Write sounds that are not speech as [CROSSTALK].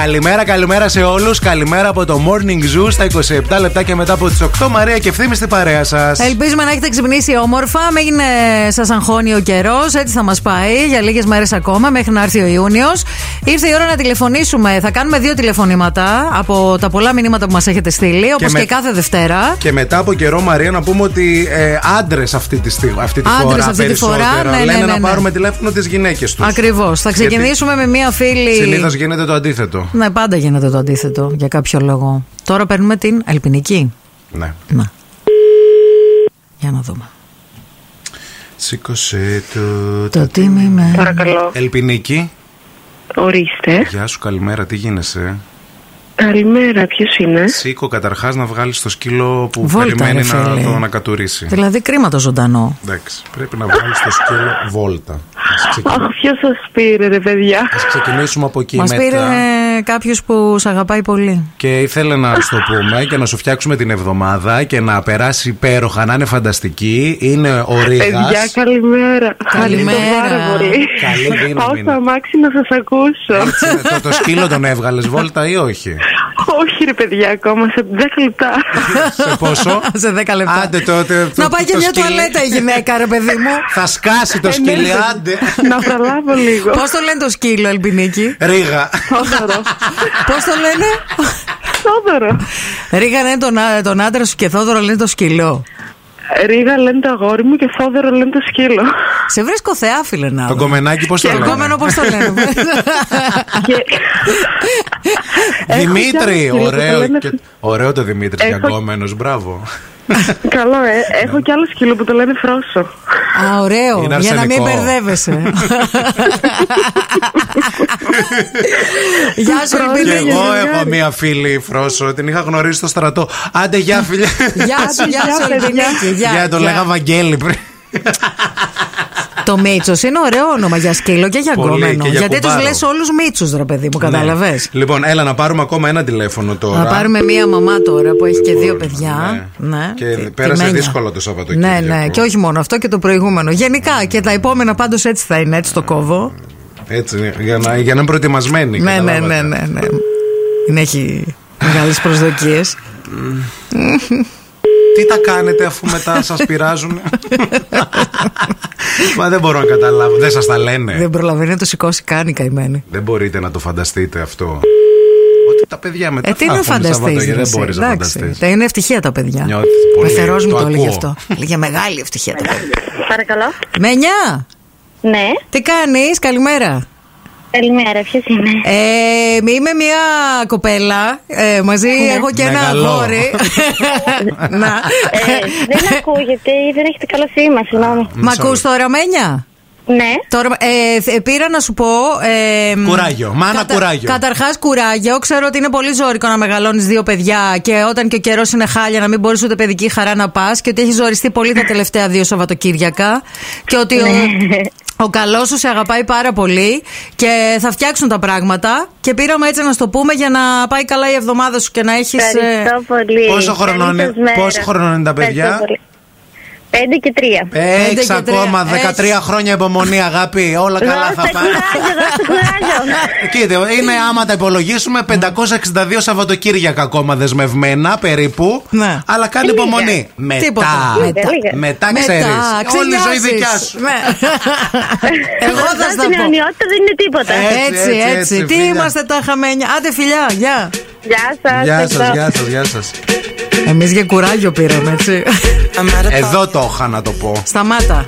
Καλημέρα, καλημέρα σε όλους. Καλημέρα από το Morning Zoo στα 27 λεπτά και μετά από τις 8. Μαρία και ευθύνη στην παρέα σας. Ελπίζουμε να έχετε ξυπνήσει όμορφα. Μην σας αγχώνει ο καιρός. Έτσι θα μας πάει για λίγες μέρες ακόμα μέχρι να έρθει ο Ιούνιος. Ήρθε η ώρα να τηλεφωνήσουμε. Θα κάνουμε δύο τηλεφωνήματα από τα πολλά μηνύματα που μας έχετε στείλει, όπως και, με- και κάθε Δευτέρα. Και μετά από καιρό, Μαρία, να πούμε ότι ε, άντρες αυτή τη, στιγ- αυτή τη Άντρες φορά αυτή τη φορά, περισσότερα ναι, ναι, λένε ναι, να ναι. πάρουμε τηλέφωνο τις γυναίκες τους. Ακριβώς. Θα Γιατί- ξεκινήσουμε με μία φίλη. Συνήθως γίνεται το αντίθετο. Ναι, πάντα γίνεται το αντίθετο για κάποιο λόγο. Τώρα παίρνουμε την Αλπινική. Ναι. Να. Για να δούμε. Σήκωσε το. Το τίμη με. Παρακαλώ. Ε, Ελπινική. Ορίστε. Γεια σου, καλημέρα, τι γίνεσαι. Καλημέρα, ποιος είναι. Σήκω καταρχάς να βγάλεις το σκύλο που Βόλτα, περιμένει ρε, να φίλε. το ανακατουρίσει. Δηλαδή κρίμα το ζωντανό. Εντάξει, πρέπει να βγάλεις το σκύλο βόλτα. Ας ξεκι- Αχ, ποιος σας πήρε, ρε παιδιά. Ας ξεκινήσουμε από εκεί Μας μετά. πήρε κάποιος που σ' αγαπάει πολύ. Και ήθελε να σου το πούμε και να σου φτιάξουμε την εβδομάδα και να περάσει υπέροχα, να είναι φανταστική. Είναι ο Ε, Παιδιά, Ρίγας. καλημέρα. Καλημέρα. Ευχαριστώ πάρα πολύ. Καλή δύναμη Θα Πάω είναι. στο αμάξι να σας ακούσω. Έτσι, το, το σκύλο τον έβγαλες βόλτα ή όχι. Όχι, ρε παιδιά, ακόμα σε 10 λεπτά. Σε πόσο. [LAUGHS] Σε 10 λεπτά. Άντε τότε. το- να πάει και το μια σκύλι. τουαλέτα η γυναίκα, ρε παιδί [LAUGHS] μου. Θα σκάσει το σκύλι, άντε. να προλάβω λίγο. Πώς το λένε το σκύλο, Ελπινίκη. Ρίγα. Θόδωρο. Πώς το [LAUGHS] λένε. Θόδωρο. Ρίγα λένε τον, α- τον άντρα σου και Θόδωρο λένε το σκύλο. Ρίγα λένε το αγόρι μου και Θόδωρο λένε το σκύλο. Σε βρίσκω θεάφιλε να. Το δω. κομμενάκι πώς το Το λένε. κόμενο πώς το λένε. [LAUGHS] και... Έχω κι Δημήτρη, άλλο σκύλο που το ωραίο, λένε- και- ωραίο το Δημήτρη για Έχω- κόμενο, [LAUGHS] μπράβο. Καλό, ε. Ναι. Έχω κι άλλο σκύλο που το λένε Φρόσο. [LAUGHS] Α, ωραίο. Είναι για να μην αρσενικό. [LAUGHS] μπερδεύεσαι. Γεια σου, Πρόεδρε, Και Ελπινίκη. εγώ ε- γεννιάρη. έχω μία φίλη φρόσο, την είχα γνωρίσει στο στρατό. Άντε, γεια φίλε. Γεια σου, γεια σου, Γεια, παιδιά. Ελπινίκη. Γεια, Γεια, το γεια. λέγα Βαγγέλη πριν. Το Μίτσος είναι ωραίο όνομα για σκύλο και για Πολύ, γκόμενο. και για Γιατί τους κουμπάρο. λες όλους Μίτσους, ρε παιδί μου, κατάλαβες. Ναι. Λοιπόν, έλα να πάρουμε ακόμα ένα τηλέφωνο τώρα. Να πάρουμε μία μαμά τώρα που έχει και δύο παιδιά. ναι. Ναι. Και Τι- πέρασε τιμένια. δύσκολο το Σαββατοκύριακο. Ναι, ναι. Και όχι μόνο αυτό και το προηγούμενο. Γενικά και τα επόμενα πάντως έτσι θα είναι, έτσι το κόβω. Έτσι, για να, για να είναι προετοιμασμένοι. Ναι, ναι, καταλάβατε. ναι, ναι. ναι. Είναι έχει μεγάλες προσδοκίες. Ναι. Τι τα κάνετε αφού μετά σας [LAUGHS] πειράζουν. Μα δεν μπορώ να καταλάβω. Δεν σας τα λένε. Δεν προλαβαίνει να το σηκώσει καν η καημένη. Δεν μπορείτε να το φανταστείτε αυτό. Ότι τα παιδιά μετά. Ε, τι θα να έχουν φανταστεί. Σαββατοκύρια, Δεν μπορείς να φανταστεί. είναι ευτυχία τα παιδιά. Νιώθεις πολύ, Πεθερός μου το το έλεγε ακούω. αυτό. Λέγε μεγάλη ευτυχία τα παιδιά. Παρακαλώ. Με νιά! Ναι. Τι κάνεις, καλημέρα. Καλημέρα, ποιος [LAUGHS] είναι. Ε, είμαι μια κοπέλα. ε, μαζί Ναι. έχω και ένα Μεγαλό. αγόρι. [LAUGHS] Να. Ε, [LAUGHS] [LAUGHS] δεν ακούγεται ή δεν έχετε καλό σήμα, συγγνώμη. Μ' ακούς τώρα, Μένια. Ναι. Τώρα, ε, θ- ε, πήρα να σου πω. Ε, μ, Κουράγιο. Μάνα, κουράγιο. Καταρχάς, κουράγιο. Ξέρω ότι είναι πολύ ζώρικο να μεγαλώνεις δύο παιδιά και όταν και ο καιρός είναι χάλια να μην μπορείς ούτε παιδική χαρά να πας και ότι έχει ζοριστεί πολύ τα τελευταία δύο Σαββατοκύριακα και ότι ο, ο καλός σου σε αγαπάει πάρα πολύ και θα φτιάξουν τα πράγματα. Και πήραμε έτσι να στο πούμε για να πάει καλά η εβδομάδα σου και να ε, έχεις. Ευχαριστώ πολύ. πόσο χρονών Καλή είναι- σας μέρα. πόσο χρονών είναι τα παιδιά? Ευχαριστώ πολύ. Πέντε και τρία. Πέντε Έχει και τρία. ακόμα 13 Έχεις. χρόνια υπομονή, αγάπη. Όλα Ε, καλά θα Δώστε πάνε. κουράγιο, δώστε κουράγιο. Κοίτα, είναι άμα τα υπολογίσουμε 562 Σαββατοκύριακα ακόμα δεσμευμένα περίπου. Ναι. Αλλά κάνει υπομονή. Μετά. Τίποτα. Μετά. Μετά ξέρει. Ε, Όλη η ζωή ξενιάζεις. δικιάς σου. Ναι. Εγώ θα Εδώ στα στην πω. αιωνιότητα δεν είναι τίποτα. Ε. Έτσι, Έτσι, έτσι. έτσι, έτσι, Τι φιλιά. είμαστε τα χαμένια. Άντε, φιλιά, γεια. Γεια σας. Γεια σας, γεια σας, γεια σας. Εμείς για κουράγιο πήραμε, έτσι. Εδώ το είχα να το πω. Σταμάτα.